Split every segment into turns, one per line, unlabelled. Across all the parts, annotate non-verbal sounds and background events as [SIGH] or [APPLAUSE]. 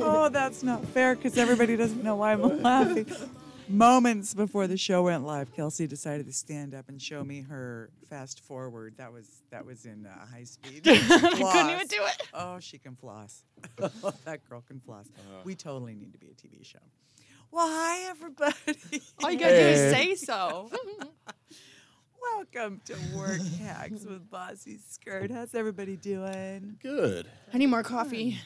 oh, that's not fair because everybody doesn't know why I'm laughing. Moments before the show went live, Kelsey decided to stand up and show me her fast forward. That was that was in uh, high speed.
I couldn't even do it.
Oh, she can floss. [LAUGHS] that girl can floss. we totally need to be a TV show. Well, hi everybody.
All you gotta do is say so.
[LAUGHS] Welcome to Work Hacks with Bossy Skirt. How's everybody doing?
Good.
[LAUGHS] I need more coffee.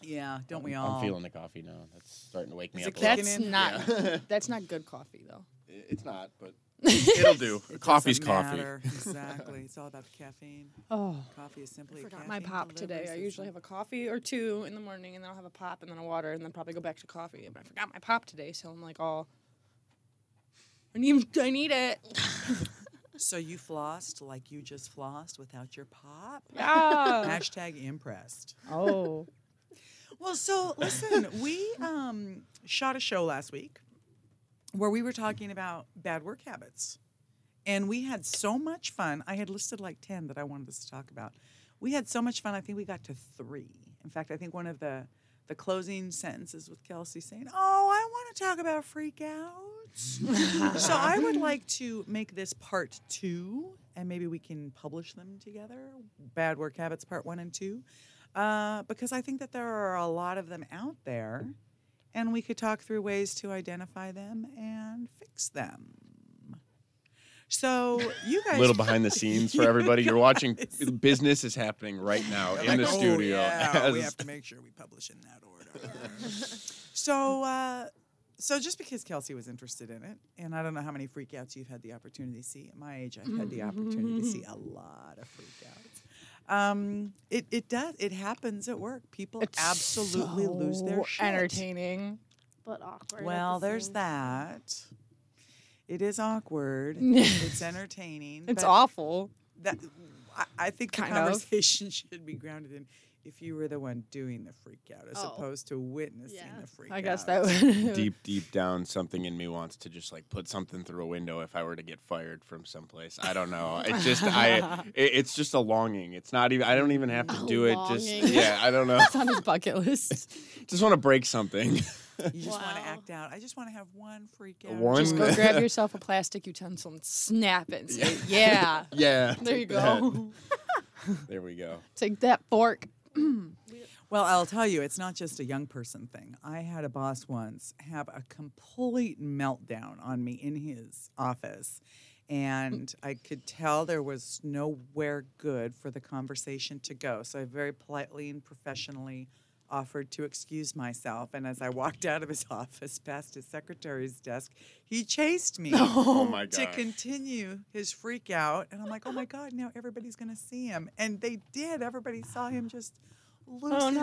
Yeah, don't we all?
I'm feeling the coffee now. That's starting to wake me
Oh. Is
up.
it
a little.
Kicking
That's
in?
not. [LAUGHS] That's not good coffee though.
It's not,
[LAUGHS]
but it'll do.
It
Coffee's
doesn't
coffee.
matter. [LAUGHS] Exactly. It's all about the caffeine.
Oh.
Coffee is simply.
I
a
forgot my
caffeine
pop
delivery
today. I usually
system.
have a coffee or two in the morning, and then I'll have a pop and then a water, and then probably go back to coffee. But I forgot my pop today, so I'm like, all. I need, I need it.
So you flossed like you just flossed without your pop.
[LAUGHS] Yeah.
Hashtag impressed.
oh.
[LAUGHS] Well, so listen, we um, shot a show last week where we were talking about bad work habits. And we had so much fun. I had listed like 10 that I wanted us to talk about. We had so much fun. I think we got to three. In fact, I think one of the, the closing sentences with Kelsey saying, Oh, I want to talk about freak out. so I
[LAUGHS]
would like to make this part two, and maybe we can publish them together bad work habits, part one and two uh, because I think that there are a lot of them out there, and we could talk through ways to identify them and fix them. So you guys,
little behind the
[LAUGHS]
scenes for everybody. You're watching
guys.
business is happening right now
They're
in
like,
the
"Oh,
studio. [LAUGHS]
yeah, we
as-
have to make sure we publish in that
[LAUGHS]
order. so, uh, so just because Kelsey was interested in it, and I don't know how many freakouts you've had the opportunity to see. At my age, I've had the opportunity to see
[LAUGHS]
a lot of freakouts. Um, it it does it happens at work. People absolutely lose their shit.
Entertaining.
but awkward. at
Well,
the
there's
same- [LAUGHS]
that. It is
[LAUGHS]
awkward. it's entertaining.
It's
but
awful.
That, I, I think the
Kind of.
conversation [LAUGHS] should be grounded in if you were the one doing the freak out as
Oh.
opposed to witnessing
Yeah.
the freak out.
I guess that would.
deep, deep down, something in me wants to just like put something through a window if I were to get fired from someplace. I don't know. It
[LAUGHS]
just, I, it, it's just a longing. It's not even. I don't even have to
A
do it. Just,
longing.
yeah,
[LAUGHS]
I don't know.
[LAUGHS] It's on his bucket list.
Just want to break something. [LAUGHS]
You just want to
Wow.
act out. I just want to have one freak out.
One-
Just
[LAUGHS]
go grab yourself a plastic utensil and snap it and say, yeah.
Yeah.
There you
take that.
go.
There
[LAUGHS]
we go.
Take that fork.
Well, I'll tell you, it's not just a young person thing. I had a boss once have a complete meltdown on me in his office. And I could tell there was nowhere good for the conversation to go. So I very politely and professionally offered to excuse myself. And as I walked out of his [LAUGHS] office past his secretary's desk, he chased me
Oh my
to
god.
continue his freak out. And I'm like, oh my God, now everybody's going to see him. And they did. Everybody saw him just lose
Oh,
his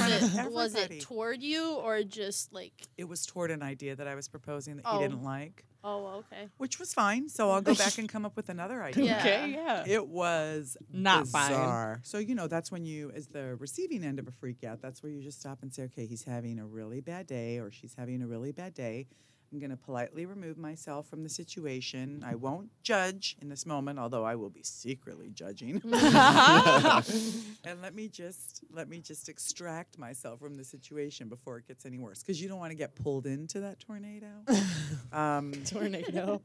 no.
shit in front
Was
of [LAUGHS]
it, was
everybody.
it toward you or just like?
It was toward an idea that I was proposing that
Oh.
he didn't like,
Oh, okay.
which was fine. So I'll go back and come up with another idea.
Yeah.
Okay, yeah.
[LAUGHS] It was
Not fine.
bizarre. So you know that's when you, as the receiving end of a freak out, that's where you just stop and say, okay, he's having a really bad day, or she's having a really bad day. I'm going to politely remove myself from the situation. I won't judge in this moment, although I will be secretly judging.
[LAUGHS]
and let me just let me just extract myself from the situation before it gets any worse, because you don't want to get pulled into that tornado. um,
Tornado.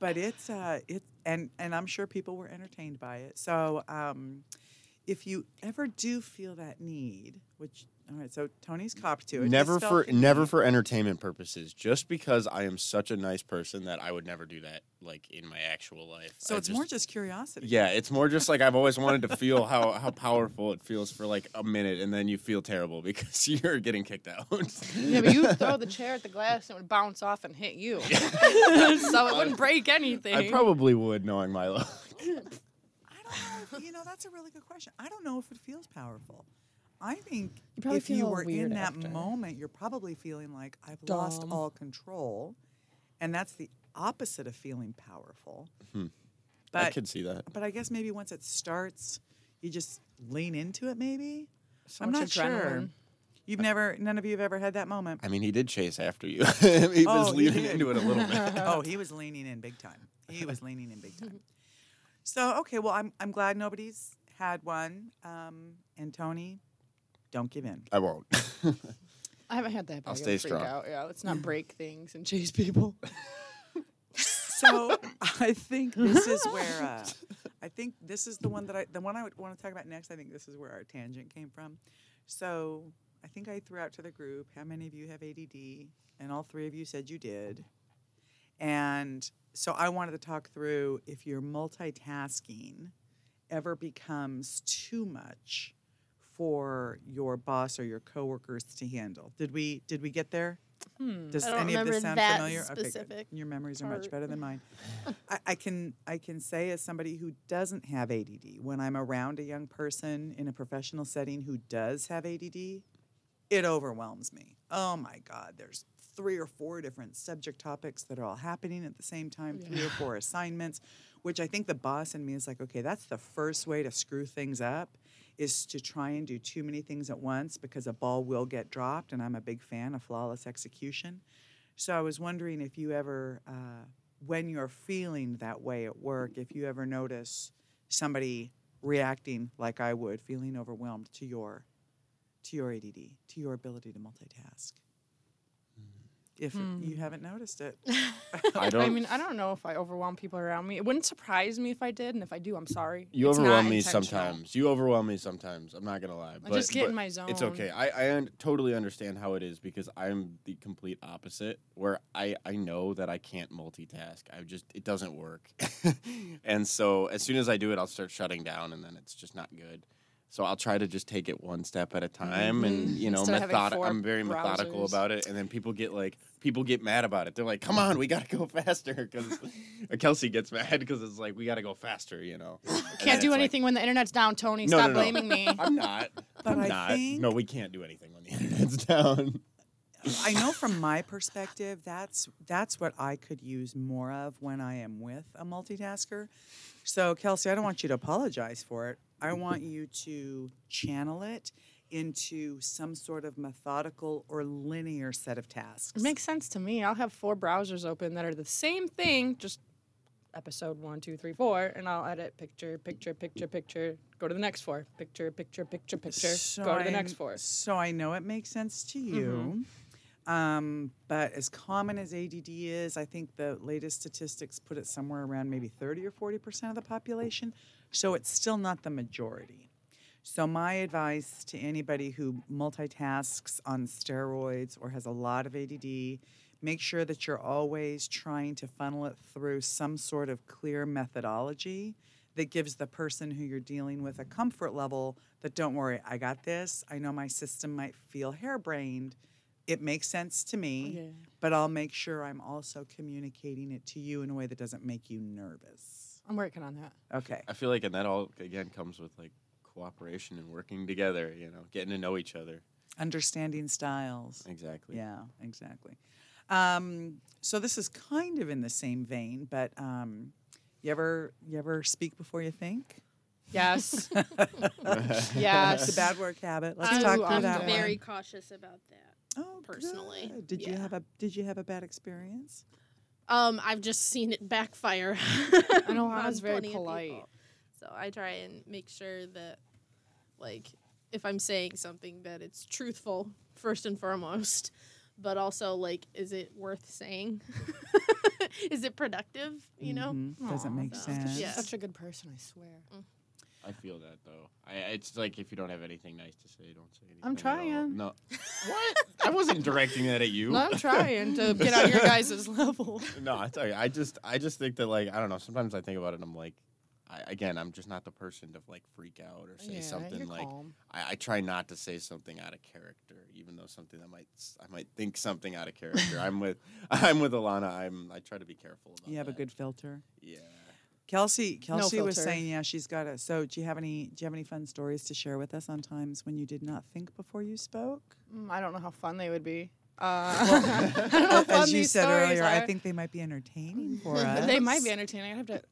but it's uh it and and I'm sure people were entertained by it. So um if you ever do feel that need, which all right, so Tony's copped to it. He's
Never
felt
for
the
never
need.
for entertainment purposes. Just because I am such a nice person that I would never do that, like in my actual life.
So
I
it's
just-
more just curiosity.
Yeah, it's more just like I've always wanted to feel how how powerful it feels for like a minute, and then you feel terrible because [LAUGHS] you're getting kicked out.
Yeah, but you throw the chair at the glass and it would bounce off and hit you. [LAUGHS] so it wouldn't break anything.
[LAUGHS] I probably would, knowing my luck.
I don't know. If, you know, that's a really good question. I don't know if it feels powerful. I think
You probably
if you
feel
were in
weird
that
after.
moment, you're probably feeling like I've lost
Dumb.
all control, and that's the opposite of feeling powerful. But
I could see Hmm. that.
but I guess maybe once it starts, you just lean into it. Maybe
So
I'm
much
not sure.
adrenaline.
You've never, none of you have ever had that moment. [LAUGHS]
I mean, he did chase after you. [LAUGHS] he
Oh,
was
he
leaning
did.
into it a
[LAUGHS]
little bit.
oh, he was leaning in big time. He was leaning in big time. So okay, well, I'm I'm glad nobody's had one. Um, and Tony, don't give in.
I won't. [LAUGHS]
I haven't had that. but
I'll
I
stay
freak
strong. Mm.
Out. Yeah, let's not break things and chase people.
So I think this is where uh, I think this is the one that I the one I would want to talk about next. I think this is where our tangent came from. So I think I threw out to the group how many of you have ADD, and all three of you said you did. And so I wanted to talk through if your multitasking ever becomes too much for your boss or your coworkers to handle. Did we did we get there?
Hmm.
Does
I don't
any of this
remember
sound
that
familiar? Okay, good.
specific
Your memories are much
part.
better than
[LAUGHS]
mine. I, I can I can say as somebody who doesn't have ADD, when I'm around a young person in a professional setting who does have ADD, it overwhelms me. Oh my God, there's three or four different subject topics that are all happening at the same time, three or four assignments, which I think the boss in me is like, okay, that's the first way to screw things up is to try and do too many things at once because a ball will get dropped. And I'm a big fan of flawless execution. So I was wondering if you ever, uh, when you're feeling that way at work, if you ever notice somebody reacting like I would, feeling overwhelmed to your to your ADD, to your ability to multitask. If you haven't noticed it,
I
I
don't.
mean, I don't know if I overwhelm people around me. It wouldn't surprise me if I did, and if I do, I'm sorry.
You
It's not
overwhelm me
intentional.
sometimes. You overwhelm me sometimes. I'm not gonna lie. But,
just get in
but
my
It's
zone.
okay. I, I un- totally understand how it is because I'm the complete opposite. Where I I know that I can't multitask. I just it doesn't work. [LAUGHS] and so as soon as I do it, I'll start shutting down, and then it's just not good. So I'll try to just take it one step at a time, and you know,
Instead of Mm-hmm. having
method-
four
I'm very methodical
browsers.
about it. And then people get like, people get mad about it. They're like, "Come on, we gotta go [LAUGHS] faster,"
[LAUGHS]
because Kelsey gets mad because it's like we gotta go faster,
[LAUGHS]
you know. And then
Can't do
it's like,
anything when the internet's down, Tony.
No,
Stop
no, no.
blaming
[LAUGHS]
me.
I'm not.
But
I'm
I
not.
think-
No, we can't do anything when the [LAUGHS] internet's down.
I know from my perspective, that's that's what I could use more of when I am with a multitasker. So, Kelsey, I don't want you to apologize for it. I want you to channel it into some sort of methodical or linear set of tasks.
It makes sense to me. I'll have four browsers open that are the same thing, just episode one, two, three, four, and I'll edit picture, picture, picture, picture. Go to the next four. Picture, picture, picture, picture.
So
go to the
I-
next four.
So I know it makes sense to you.
Mm-hmm.
Um, but as common as ADD is, I think the latest statistics put it somewhere around maybe 30 or 40% of the population. So it's still not the majority. So, my advice to anybody who multitasks on steroids or has a lot of ADD, make sure that you're always trying to funnel it through some sort of clear methodology that gives the person who you're dealing with a comfort level that don't worry, I got this. I know my system might feel harebrained. It makes sense to me,
Yeah.
but I'll make sure I'm also communicating it to you in a way that doesn't make you nervous.
I'm working on that.
Okay.
I feel like, and that all again comes with like cooperation and working together. You know, getting to know each other.
Understanding styles.
Exactly. [LAUGHS]
Yeah, [LAUGHS] exactly. Um, so this is kind of in the same vein, but um, you ever you ever speak before you think?
[LAUGHS] Yes.
It's a
yes.
bad work habit. Let's
Oh, I'm,
talk
Ooh,
through
I'm
that
very
one.
cautious about that.
Oh,
personally,
good. Did you
yeah.
have a Did you have a bad experience?
Um, I've just seen it backfire.
I know,
[LAUGHS] on
I was very
plenty of
polite.
people. So I try and make sure that, like, if I'm saying something, that it's truthful first and foremost, but also like, is it worth saying? [LAUGHS] is it productive? You know.
Mm-hmm.
Mhm. doesn't
Aw,
make
that's-
sense.
She's
Yeah.
such a good person, I swear.
I feel that though. I, it's like if you don't have anything nice to say, don't say anything.
I'm
at all.
trying.
No. what? I wasn't directing that at you.
No, I'm trying to get on
[LAUGHS]
your guys' level.
no, I tell you, I just, I just think that like, I don't know. Sometimes I think about it, and I'm like, I, again, I'm just not the person to like freak out or say
Yeah,
something
you're
like.
calm.
I, I try not to say something out of character, even though something that might s- I might think something out of character. I'm with [LAUGHS] I'm with Alana. I'm I try to be careful about.
You have a
that.
good filter.
yeah.
Kelsey, Kelsey was
filter.
saying, yeah, she's got it. So, do you have any do you have any fun stories to share with us on times when you did not think before you spoke?
Mm, I don't know how fun they would be. Uh, [LAUGHS] I don't know how fun
As you
these
said
stories
earlier,
are.
I think they might be entertaining for us.
They might be entertaining. I have to.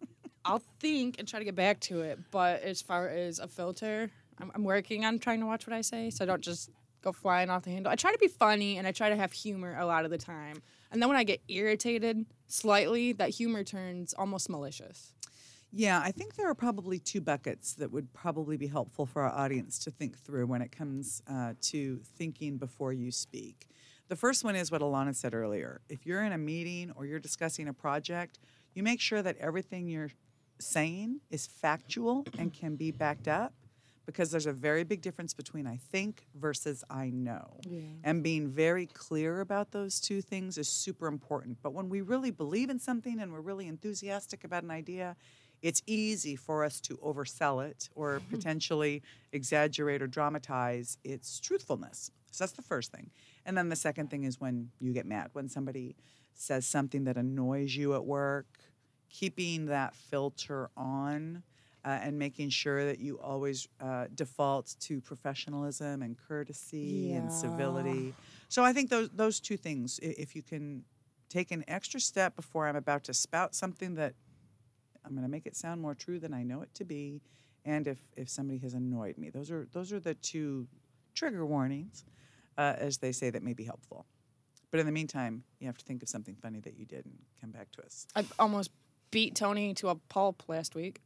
I'll think and try to get back to it. But as far as a filter, I'm, I'm working on trying to watch what I say, so I don't just go flying off the handle. I try to be funny and I try to have humor a lot of the time. And then when I get irritated slightly, that humor turns almost malicious.
Yeah, I think there are probably two buckets that would probably be helpful for our audience to think through when it comes uh, to thinking before you speak. The first one is what Alana said earlier. If you're in a meeting or you're discussing a project, you make sure that everything you're saying is factual and can be backed up because there's a very big difference between I think versus I know. And being very clear about those two things is super important. But when we really believe in something and we're really enthusiastic about an idea, it's easy for us to oversell it or potentially exaggerate or dramatize its truthfulness. So that's the first thing. And then the second thing is when you get mad, when somebody says something that annoys you at work, keeping that filter on uh, and making sure that you always uh, default to professionalism and courtesy and civility. So I think those those two things, i- if you can take an extra step before I'm about to spout something that I'm going to make it sound more true than I know it to be, and if if somebody has annoyed me, those are those are the two trigger warnings, uh, as they say, that may be helpful. But in the meantime, you have to think of something funny that you did and come back to us.
I almost beat Tony to a pulp last week.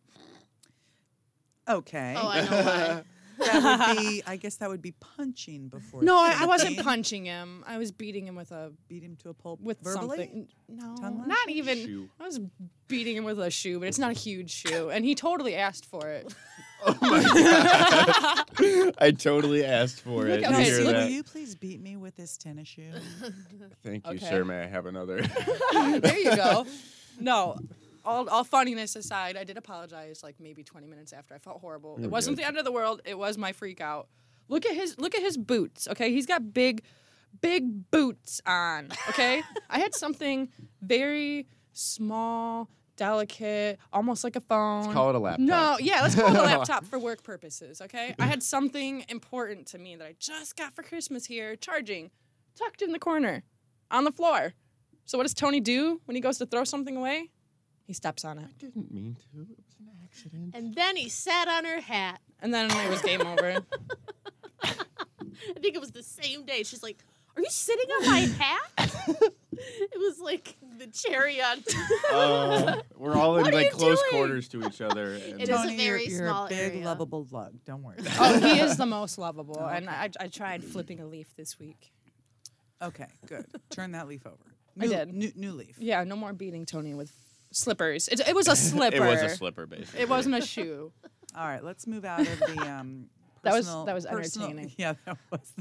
Okay.
Oh, I know why.
that
[LAUGHS]
would be I guess that would be punching before.
No, I, I wasn't
thinking.
punching him. I was beating him with a
Beat him to a pulp
with
verbally.
something. No,
Tongue
not even.
Shoe.
I was beating him with a shoe, but it's not a huge shoe, and he totally asked for it.
[LAUGHS] I totally asked for it.
Look at
You
me.
hear
Look
Will
that?
you please beat me with this tennis shoe?
Thank you,
Okay.
sir. May I have another?
[LAUGHS] there you go. No, all, all funniness aside, I did apologize like maybe 20 minutes after. I felt horrible.
You're
It wasn't
good.
the end of the world. It was my freak out. Look at his look at his boots. Okay, he's got big, big boots on. Okay, I had something very small, delicate, almost like a phone.
[LAUGHS] Call it a laptop.
No, yeah, let's
[LAUGHS]
call it a laptop for work purposes, okay? I had something important to me that I just got for Christmas here, charging, tucked in the corner, on the floor. So what does Tony do when he goes to throw something away? He steps on it.
Didn't mean to. It was an accident.
And then he sat on her hat.
And then it was game over.
I think it was the same day. She's like, "Are you sitting on my
[LAUGHS]
hat?" it was like the cherry on.
[LAUGHS]
Uh, we're all in
What are
like
you
close
doing?
quarters to each other. And
It is a
Tony, you're-
very
you're,
small
a big
area.
lovable lug. Don't worry.
[LAUGHS] [LAUGHS] Oh, he is the most lovable. And I, I tried flipping a leaf this week.
okay, good. Turn that leaf over.
I
New,
did.
New, new leaf.
Yeah, no more beating Tony with slippers. It,
[LAUGHS]
it was a slipper.
it was a slipper, basically.
It wasn't a shoe.
All right, let's move out of the. Um,
That was-
personal-
that was
personal-
entertaining.
[LAUGHS] Yeah, that was.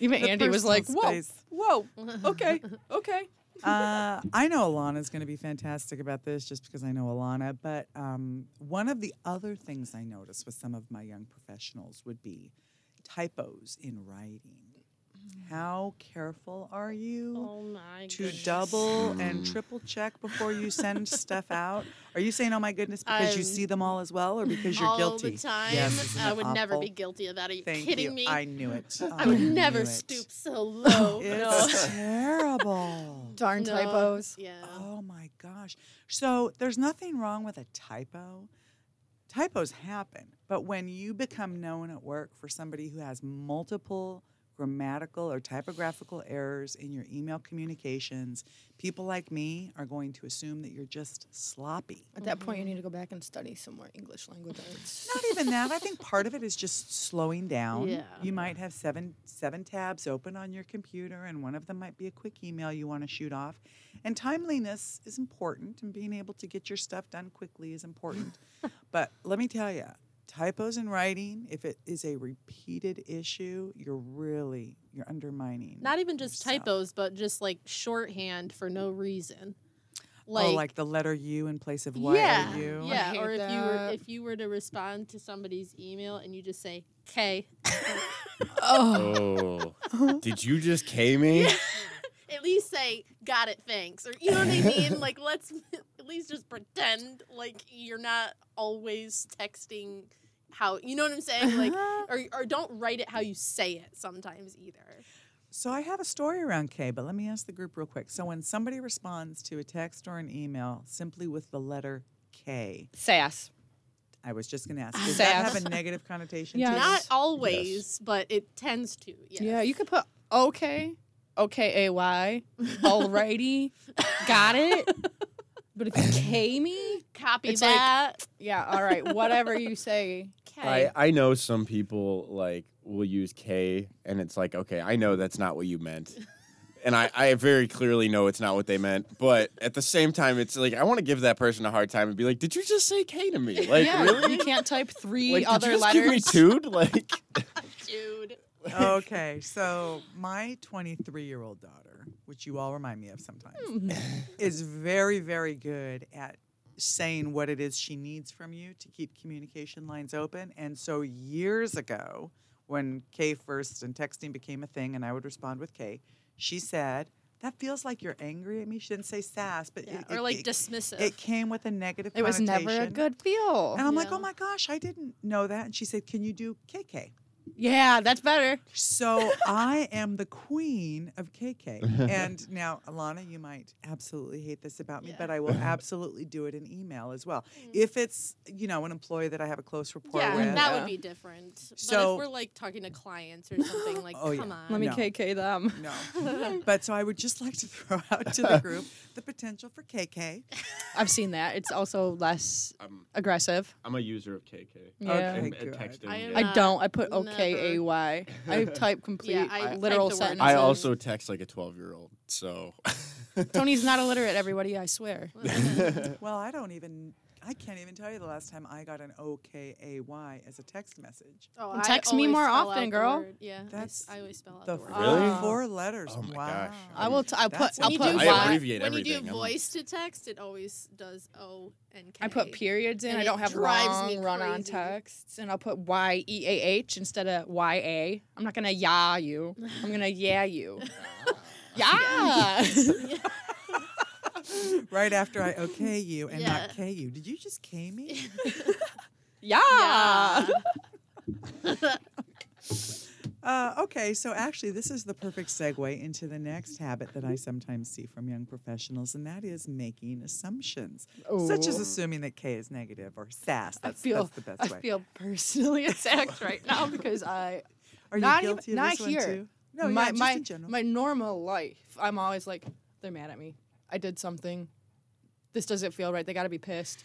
Even
The
Andy was
personal
like, whoa,
space.
[LAUGHS] whoa, okay, okay.
uh, I know Alana's going to be fantastic about this just because I know Alana. But um, one of the other things I noticed with some of my young professionals would be typos in writing. How careful are you?
Oh my
to
goodness.
double and triple check before you send stuff out? Are you saying, "Oh my goodness," because you
I'm-
see them all as well, or because you're
Um, all
guilty?
the time.
Yes, isn't
I
it
would never
awful?
be guilty of that. Are you
Thank
kidding
you.
me?
I knew it.
I would
knew
never
it.
stoop so low.
[LAUGHS]
[LAUGHS]
It's terrible.
Darn
No.
typos.
Yeah.
Oh my gosh. So there's nothing wrong with a typo. Typos happen, but when you become known at work for somebody who has multiple grammatical or typographical errors in your email communications, people like me are going to assume that you're just sloppy.
At that point, you need to go back and study some more English language arts.
Not even that. I think part of it is just slowing
[LAUGHS]
down.
Yeah.
You might have seven seven tabs open on your computer, and one of them might be a quick email you want to shoot off. And timeliness is important, and being able to get your stuff done quickly is important.
[LAUGHS]
but let me tell you, typos in writing, if it is a repeated issue, you're really you're undermining.
Not even just
yourself.
typos, but just like shorthand for no reason.
oh, like the letter U in place of Y
yeah,
or U.
yeah.
hate
Or if you were
that.
if you were to respond to somebody's email and you just say K,
[LAUGHS]
Oh. Did you just K me?
at least say got it, thanks, or you know what I
[LAUGHS]
mean. like let's [LAUGHS] at least just pretend like you're not always texting how you know what I'm saying. Like
Uh-huh.
or or don't write it how you say it sometimes either.
So I have a story around K, but let me ask the group real quick. So when somebody responds to a text or an email simply with the letter K,
Sass.
I was just going to ask, does that have
Sass.
a negative connotation?
Yeah.
To
Not
it?
Yes.
always, but it tends to. Yes.
Yeah, you could put [LAUGHS] okay, okay, ay, alrighty, got it, But if [LAUGHS] you K me,
Copy
It's like-
that.
yeah, all right, whatever you say.
okay.
I, I know some people like will use K and it's like, okay, I know that's not what you meant.
[LAUGHS]
And I, I very clearly know it's not what they meant. But at the same time, it's like I want to give that person a hard time and be like, Did you just say K to me? Like
yeah,
really?
you can't type three
Like,
other
did you just
letters.
give me two? Like
Dude.
okay, so my 23 year old daughter, which you all remind me of sometimes,
Mm.
is very, very good at saying what it is she needs from you to keep communication lines open. And so years ago, when K first and texting became a thing, and I would respond with K, she said, That feels like you're angry at me. She didn't say sass, but
Yeah.
it,
or
it-
like
it-
dismissive.
it came with a negative
It was never a
connotation.
good feel.
And I'm like,
Yeah.
oh my gosh, I didn't know that. And she said, can you do KK?
Yeah, that's better.
So I am the queen of KK.
[LAUGHS]
And now, Alana, you might absolutely hate this about me,
Yeah. Mm.
but I
[LAUGHS]
will absolutely do it in email as well. If it's, you know, an employee that I have a close rapport
yeah,
with.
Mm, that
Yeah.
would be different. but
So-
if we're like talking to clients or
[GASPS]
something, like,
Oh, yeah.
come on.
Let me
No.
KK them.
[LAUGHS]
no. But so I would just like to throw [LAUGHS] out to
[LAUGHS]
the group the potential for KK.
I've seen that. It's also less
[LAUGHS] I'm
aggressive.
I'm a user of KK.
Yeah.
Okay.
And,
Thank
and
God.
texting.
Oh I am
yeah.
I don't. I put
Uh,
O K A Y. I type complete
Yeah, I type
literal
the word.
sentences.
[LAUGHS] I also text like a twelve year old, so [LAUGHS]
Tony's not illiterate. Everybody, I swear.
[LAUGHS]
Well, I don't even, I can't even tell you the last time I got an OKAY as a text message.
Oh,
And
I
text me
always
more
spell out
often,
the
girl.
word. Yeah,
That's
I, s- I always spell out
The
the word. Um,
four-
Really?
four letters.
Oh my
wow.
gosh.
I will. T- I'll put.
That's
I'll
When
put.
you do
I
vo-
Y.
abbreviate
when you
everything,
do
I'm-
voice to text, it always does O and K.
I put
[LAUGHS]
periods in.
And
I
it
don't have
drives me
long run-on
crazy.
texts, and I'll put Y E A H instead of Y A. I'm not gonna yah you. I'm gonna yeah you. [LAUGHS] yeah.
Right after I OK you and
Yeah.
not K you. Did you just K me?
yeah.
Yeah.
Uh, okay, so actually, this is the perfect segue into the next habit that I sometimes see from young professionals, and that is making assumptions, such as
Ooh.
assuming that K is negative or sass.
Oh. I
That's,
feel.
that's the best
I
way.
feel personally [LAUGHS] attacked right now because I
Are you
not even-
guilty
not
of this
here.
one too? No,
my
yeah, just
my
in general.
my normal life, I'm always like, they're mad at me. I did something. This doesn't feel right. They got to be pissed.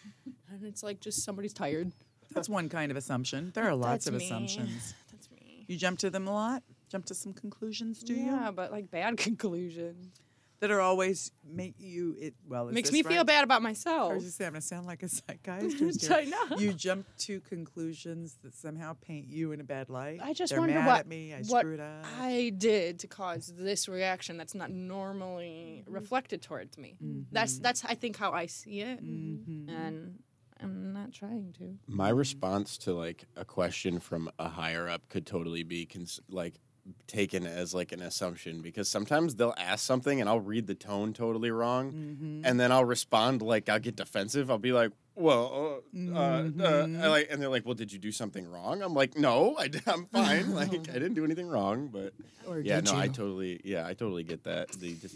And it's like just somebody's tired.
that's one kind of assumption. There are lots
That's
of
me.
assumptions.
That's me.
You jump to them a lot. Jump to some conclusions, do
yeah,
you?
but like bad [LAUGHS] conclusion
That are always make you. It well is
makes
this
me feel
right?
bad about
I
myself. [LAUGHS]
was just saying, I'm gonna sound like a [LAUGHS] psychiatrist here.
I know.
You jump to conclusions that somehow paint you in a bad light.
I just
They're
wonder
mad
what
at me. I
what
screwed up.
I did to cause this reaction that's not normally
Mm-hmm.
reflected towards me. That's that's I think how I see it,
Mm-hmm.
and I'm not trying to.
my response to like a question from a higher up could totally be cons- like taken as like an assumption because sometimes they'll ask something and I'll read the tone totally wrong
mm-hmm.
and then I'll respond like I'll get defensive I'll be like well uh, uh, uh, and, like and they're like well did you do something wrong I'm like no I, am fine like I didn't do anything wrong but
Or
yeah
did
no I
you?
totally yeah I totally get that the just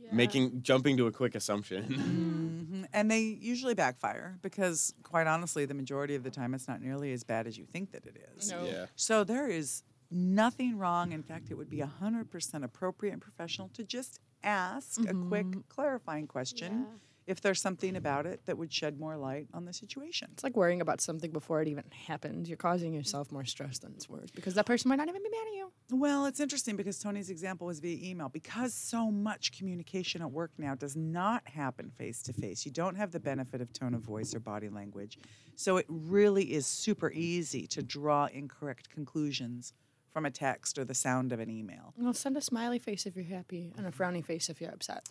Yeah.
making jumping to a quick
Mm-hmm.
assumption
And they usually backfire because, quite honestly, the majority of the time it's not nearly as bad as you think that it is.
No.
[LAUGHS] yeah
So there is nothing wrong. In fact, it would be 100% appropriate and professional to just ask a quick
Mm-hmm.
clarifying question
Yeah.
if there's something about it that would shed more light on the situation.
It's like worrying about something before it even happened. You're causing yourself more stress than it's worth because that person might not even be mad at you.
Well, it's interesting because Tony's example was via email. Because so much communication at work now does not happen face to face, you don't have the benefit of tone of voice or body language. So it really is super easy to draw incorrect conclusions from a text or the sound of an email.
Well, send a smiley face if you're happy and a frowny face if you're upset.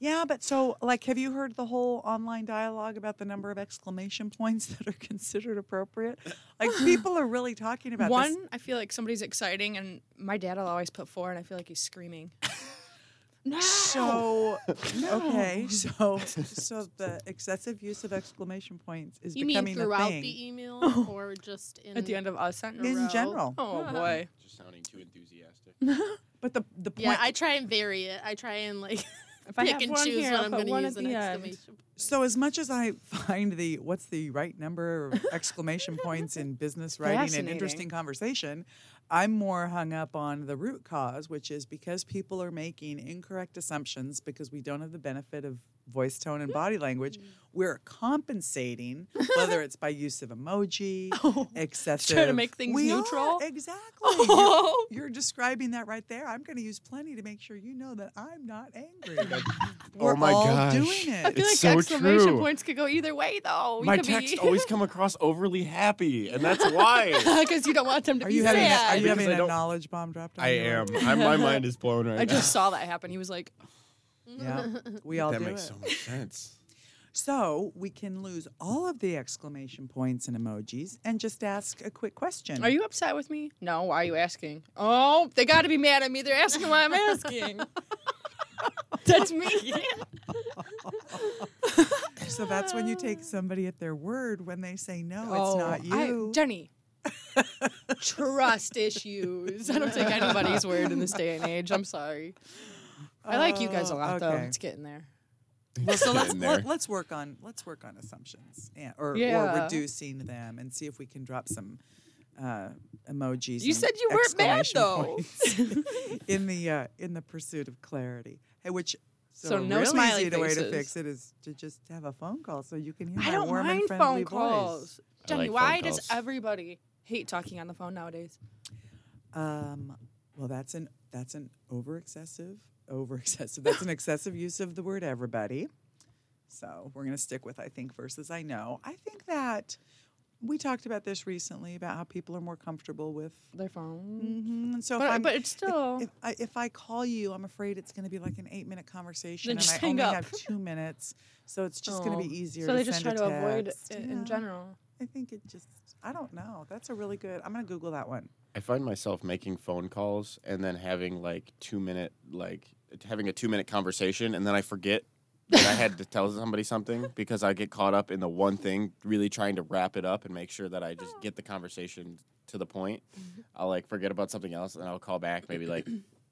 Yeah, but so, like, have you heard the whole online dialogue about the number of exclamation points [LAUGHS] that are considered appropriate? Like, people are really talking about
One,
this.
I feel like somebody's exciting, and my dad will always put four, and I feel like
[LAUGHS]
he's screaming. no.
So okay, so so the excessive use of exclamation points is
[LAUGHS] You mean
becoming a
throughout
thing
[LAUGHS]
the E email or just in
at the end of a
In
sentence.
in
row?
general.
Oh boy.
just sounding too enthusiastic
But the the point.
Yeah, I try and vary it. I try and like
[LAUGHS] If I
pick
have
and
one
choose
here,
when
I'll
I'm
put
going to
one
use
at
an
the end. [LAUGHS]
exclamation. point.
so as much as I [LAUGHS] find the what's the right number
[LAUGHS]
of exclamation points in business writing and
Fascinating.
interesting conversation, I'm more hung up on the root cause, which is because people are making incorrect assumptions because we don't have the benefit of voice tone and body language,
Hmm.
we're
[LAUGHS]
compensating, whether it's by use of emoji, excessive.
Oh, Trying to make things
We are,
neutral?
exactly.
[LAUGHS]
You're-
Oh.
You're describing that right there. I'm going to use plenty to make sure you know that I'm not angry.
[LAUGHS]
Oh
We're
my
all
gosh.
doing
I
it.
feel
It's
like
so
exclamation
true.
points could go either way, though. You
My
could
texts
be, [LAUGHS]
always come across overly happy, and that's why.
because you don't want them to
Are
be
you having,
sad.
are you
Because
having
I
a
don't-
knowledge bomb dropped on
I
you?
[LAUGHS]
am. I'm, my mind is blown right
I
now.
just saw that happen. He was like,
Yeah, we all
that
do
makes
it.
so much sense.
So we can lose all of the exclamation points and emojis and just ask a quick question.
"Are you upset with me? No. Why are you asking? Oh, they got to be mad at me. They're asking why I'm asking. [LAUGHS] That's me.
so that's when you take somebody at their word when they say no,
Oh,
it's not
I-
you. [LAUGHS]
Jenny. Trust issues. I don't take anybody's word in this day and age. I'm sorry. I like you guys a
Oh,
lot though.
okay.
It's getting there.
Well, so let's
Getting
let,
there.
let's work on let's work on assumptions and, or or
Yeah.
reducing them and see if we can drop some uh, emojis.
You
and
said you weren't mad
exclamation
though.
points [LAUGHS] in the uh, in the pursuit of clarity. Hey, which so,
So no
real
smiley
easy the way to
faces.
fix it is to just have a phone call so you can hear
I
my
don't
warm
mind
and friendly
phone
voice.
calls.
I
Jenny,
like phone
why does
calls.
everybody hate talking on the phone nowadays?
Um, well, that's an that's an over excessive, over excessive. That's an
[LAUGHS]
excessive use of the word everybody. So we're gonna stick with I think versus I know. I think that we talked about this recently about how people are more comfortable with.
Their phone.
Mhm, And so, if,
Mm-hmm. But,
I'm,
but it's still.
if I if I call you, I'm afraid it's gonna be like an eight minute conversation,
Then
and
just
I
hang
only
up.
have two minutes. So it's just gonna
Oh.
be easier.
so they
to
just try
send
to
a
avoid it
text.
in
Yeah,
general.
I think it just. I don't know. That's a really good. I'm gonna Google that one.
I find myself making phone calls and then having like two minute like having a two minute conversation and then I forget that I had to tell somebody
[LAUGHS]
something because I get caught up in the one thing, really trying to wrap it up and make sure that I just get the conversation to the point.
Mm-hmm.
I'll like forget about something else and I'll call back maybe
[CLEARS THROAT]
like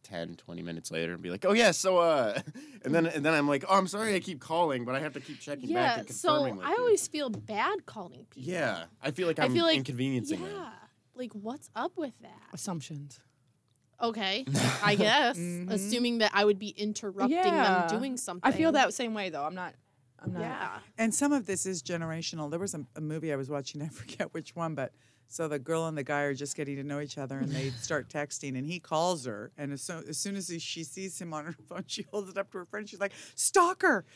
10, 20 minutes later and be like, Oh yeah, so uh [LAUGHS] and then and then I'm like, Oh I'm sorry I keep calling, but I have to keep checking back
yeah.
and confirming
So
with
I
you."
always feel bad calling people.
Yeah. I feel like
I
I'm
feel like-
inconveniencing them.
Yeah. Like, what's up with that?
Assumptions.
[LAUGHS]
Okay, I guess.
Mhm.
Assuming that I would be interrupting
Mm-hmm. Yeah.
them doing something.
I feel that same way though. I'm not. I'm not.
Yeah.
And some of this is generational. There was a, a movie I was watching, [LAUGHS] I forget which one, but so the girl and the guy are just getting to know each other and
[LAUGHS]
they start texting and he calls her. And as, so, as soon as he- she sees him on her [LAUGHS] phone, she holds it up to her friend. She's like, Stalker!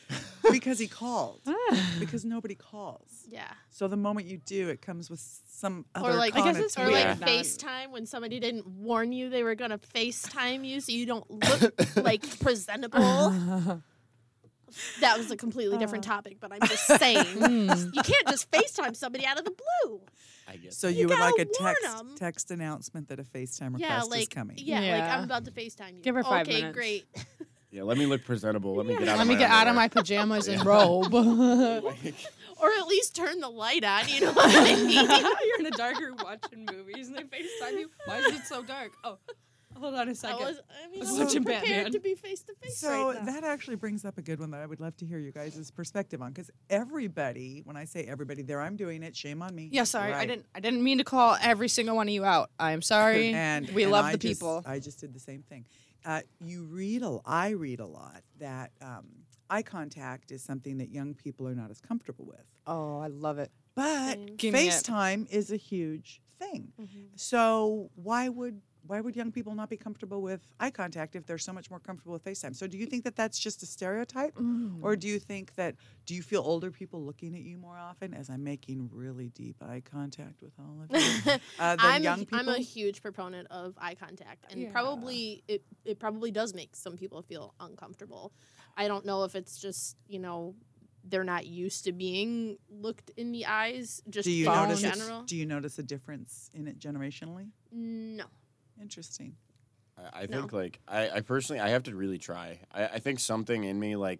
Because he called.
[LAUGHS]
because nobody calls.
Yeah.
So the moment you do, it comes with some other
Or like,
I guess it's
or like
weird. Yeah.
FaceTime when somebody didn't warn you they were gonna FaceTime you, so you don't look
[LAUGHS]
like presentable.
[LAUGHS]
That was a completely different
Uh.
topic, but I'm just
[LAUGHS]
saying
Hmm.
you can't just FaceTime somebody out of the blue.
I guess.
so you,
you
would like a
gotta warn
text
'em.
text announcement that a FaceTime request
Yeah,
is
like
coming.
yeah, like
Yeah.
I'm about to FaceTime you.
Give her five
okay,
minutes.
great.
Yeah, let me look presentable. Let me get out
Let
of
me
my
get out of
underwear.
my pajamas and robe. [LAUGHS] You're
[LAUGHS]
Or at least turn the light on. You
[LAUGHS]
know what I mean?
in a dark room watching movies and they FaceTime you. Why is it so dark? Oh, hold on a
I was, I mean, I
was
wasn't
watching
prepared
Batman.
to be face to face
So
right now.
[LAUGHS]
that actually brings up a good one that I would love to hear you guys' perspective on because everybody, when I say everybody, there I'm doing it. Shame on me.
Yeah, sorry. I
Right.
didn't. I didn't mean to call every single one of you out. I'm sorry.
And
we
and
love
I
the
just-
people.
I just did the same thing. Uh, you read a. l- I read a lot that um, eye contact is something that young people are not as comfortable with.
oh, I love it.
But
Give me it.
FaceTime is a huge thing. So why would why would young people not be comfortable with eye contact if they're so much more comfortable with FaceTime? So do you think that that's just a stereotype,
Mm. Mm-hmm.
or do you think that do you feel older people looking at you more often? As I'm making really deep eye contact with all of
[LAUGHS]
you,
Mm-hmm.
uh, than
I'm
young
a,
people.
I'm a huge proponent of eye contact, and
Yeah.
probably it it probably does make some people feel uncomfortable. I don't know if it's just you know they're not used to being looked in the eyes. Just
do you
in
notice?
phone
it's-
general?
Do you notice a difference in it generationally?
no.
Interesting.
I, I
No.
think like I, I personally I have to really try. I, I think something in me like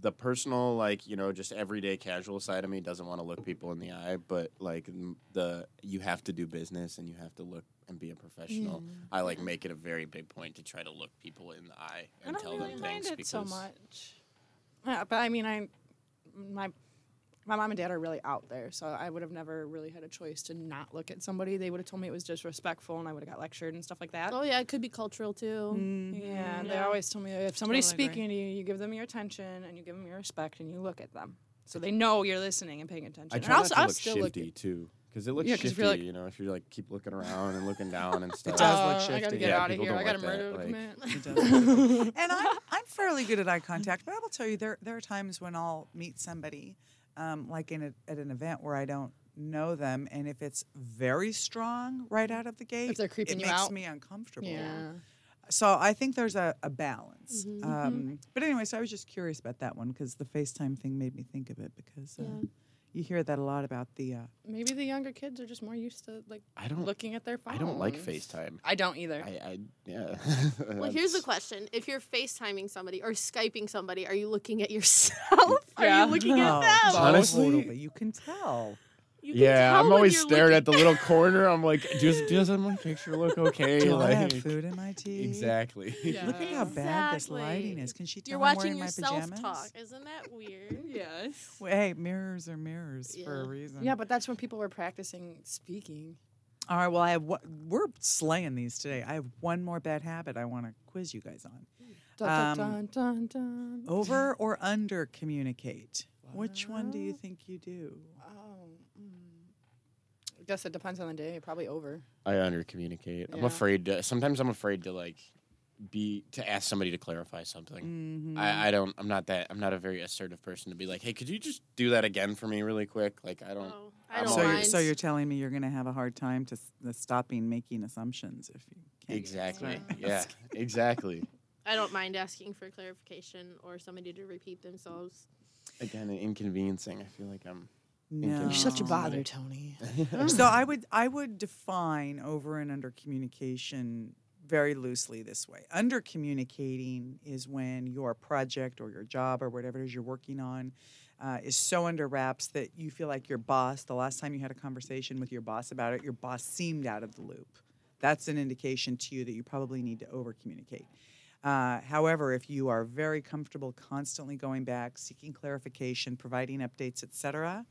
the personal like you know just everyday casual side of me doesn't want to look people in the eye, but like m- the you have to do business and you have to look and be a professional. I like make it a very big point to try to look people in the eye and
I
tell
don't really
them
mind
things
it so
because
much. Yeah, but I mean, I my my mom and dad are really out there, so I would have never really had a choice to not look at somebody. They would have told me it was disrespectful, and I would have got lectured and stuff like that.
Oh yeah, it could be cultural too.
Oh,
Mm, Hmm,
Yeah, and they
Yeah.
always told me if somebody's
Totally agree.
speaking to you, you give them your attention and you give them your respect and you look at them, so they know you're listening and paying attention.
I
And
try not
s-
to look
still
shifty too, because it looks
Yeah, 'cause if
shifty.
you're like-
you know, if you like keep looking around and looking down and stuff.
It does. look
Uh, I gotta
shifty.
get
Yeah,
out of
people
here. I
don't
gotta
like
murder
that,
to
like-
commit.
It
[LAUGHS]
does.
[LAUGHS]
and I'm, I'm fairly good at
Mm.
eye contact, but I will tell you there there are times when I'll meet somebody, um, like in a, at an event where I don't know them, and if it's very strong right out of the gate,
they're creeping
it
you
makes
out.
me uncomfortable.
Yeah.
So I think there's a, a balance.
Mm-hmm,
Um, but anyway, so I was just curious about that one because the FaceTime thing made me think of it because uh,
Yeah.
you hear that a lot about the. Uh,
Maybe the younger kids are just more used to like
I don't.
looking at their phone.
I don't like FaceTime.
I don't either.
I, I yeah. [LAUGHS]
Well, here's the
That's-
question: If you're FaceTiming somebody or Skyping somebody, are you looking at yourself? [LAUGHS] Are
Yeah.
you looking
Oh,
at them?
Honestly-
totally. you can tell.
You can
Yeah,
tell
I'm
when
always
you're
staring at
looking-
the little corner. I'm
[LAUGHS]
like, does doesn't my picture look okay?
Do I
like,
have food in my tea?
[LAUGHS]
Exactly.
[LAUGHS] Yeah.
Look at how bad this lighting
Exactly.
is. Can she tell
You're
I'm
watching
wearing my
yourself
pajamas?
talk. Isn't that weird?
[LAUGHS] yes.
Well, hey, mirrors are mirrors for a
Yeah.
reason.
Yeah, but that's when people were practicing speaking.
All right. Well, I have. wha- We're slaying these today. I have one more bad habit I want to quiz you guys on.
Dun, dun,
Um,
dun, dun, dun.
Over or under communicate. Which one do you think you do?
Oh, mm. I guess it depends on the day. Probably over.
I under communicate. I'm
Yeah.
afraid to, sometimes I'm afraid to like be to ask somebody to clarify something.
Mm-hmm.
Mm.
I, I don't I'm not that I'm not a very assertive person to be like, hey, could you just do that again for me really quick? Like I don't
Oh, I
I'm
don't
so, you're,
mind.
so you're telling me you're going to have a hard time to s- the stopping making assumptions if you can't
Exactly.
Sorry.
[LAUGHS]
Yeah. Exactly.
I don't mind asking for clarification or somebody to repeat themselves.
Again, an inconveniencing. I feel like I'm
No.
You're
Um,
such a bother,
Tony. [LAUGHS]
so I would I would define over and under communication very loosely this way. Under communicating is when your project or your job or whatever it is you're working on uh, is so under wraps that you feel like your boss. The last time you had a conversation with your boss about it, your boss seemed out of the loop. That's an indication to you that you probably need to over communicate. Uh, however, if you are very comfortable constantly going back, seeking clarification, providing updates, et cetera,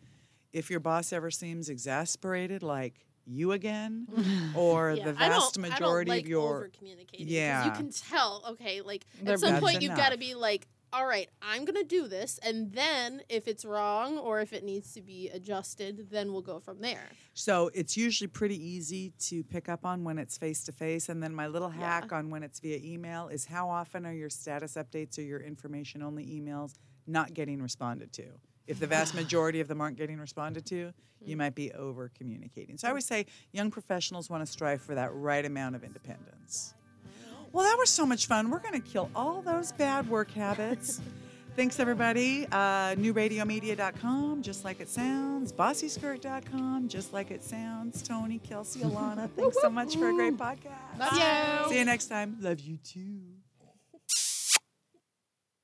if your boss ever seems exasperated, like you again, or
Yeah,
the
I don't-
vast
I don't
majority
like
of your
over-communicating 'cause
Yeah.
You can tell. Okay, like
They're
at some
bad
point you've got to
enough.
be like, all right, I'm gonna do this, and then if it's wrong or if it needs to be adjusted, then we'll go from there.
So it's usually pretty easy to pick up on when it's face to face. And then my little
Yeah.
hack on when it's via email is how often are your status updates or your information only emails not getting responded to? If the vast majority of them aren't getting responded to, you might be over communicating. So I always say young professionals want to strive for that right amount of independence. Well, that was so much fun. We're going to kill all those bad work habits. Thanks, everybody. Uh, NewRadioMedia.com, just like it sounds. BossySkirt.com, just like it sounds. [LAUGHS] Tony, Kelsey, Alana, thanks so much for a great podcast.
Love you.
See you next time. Love you too.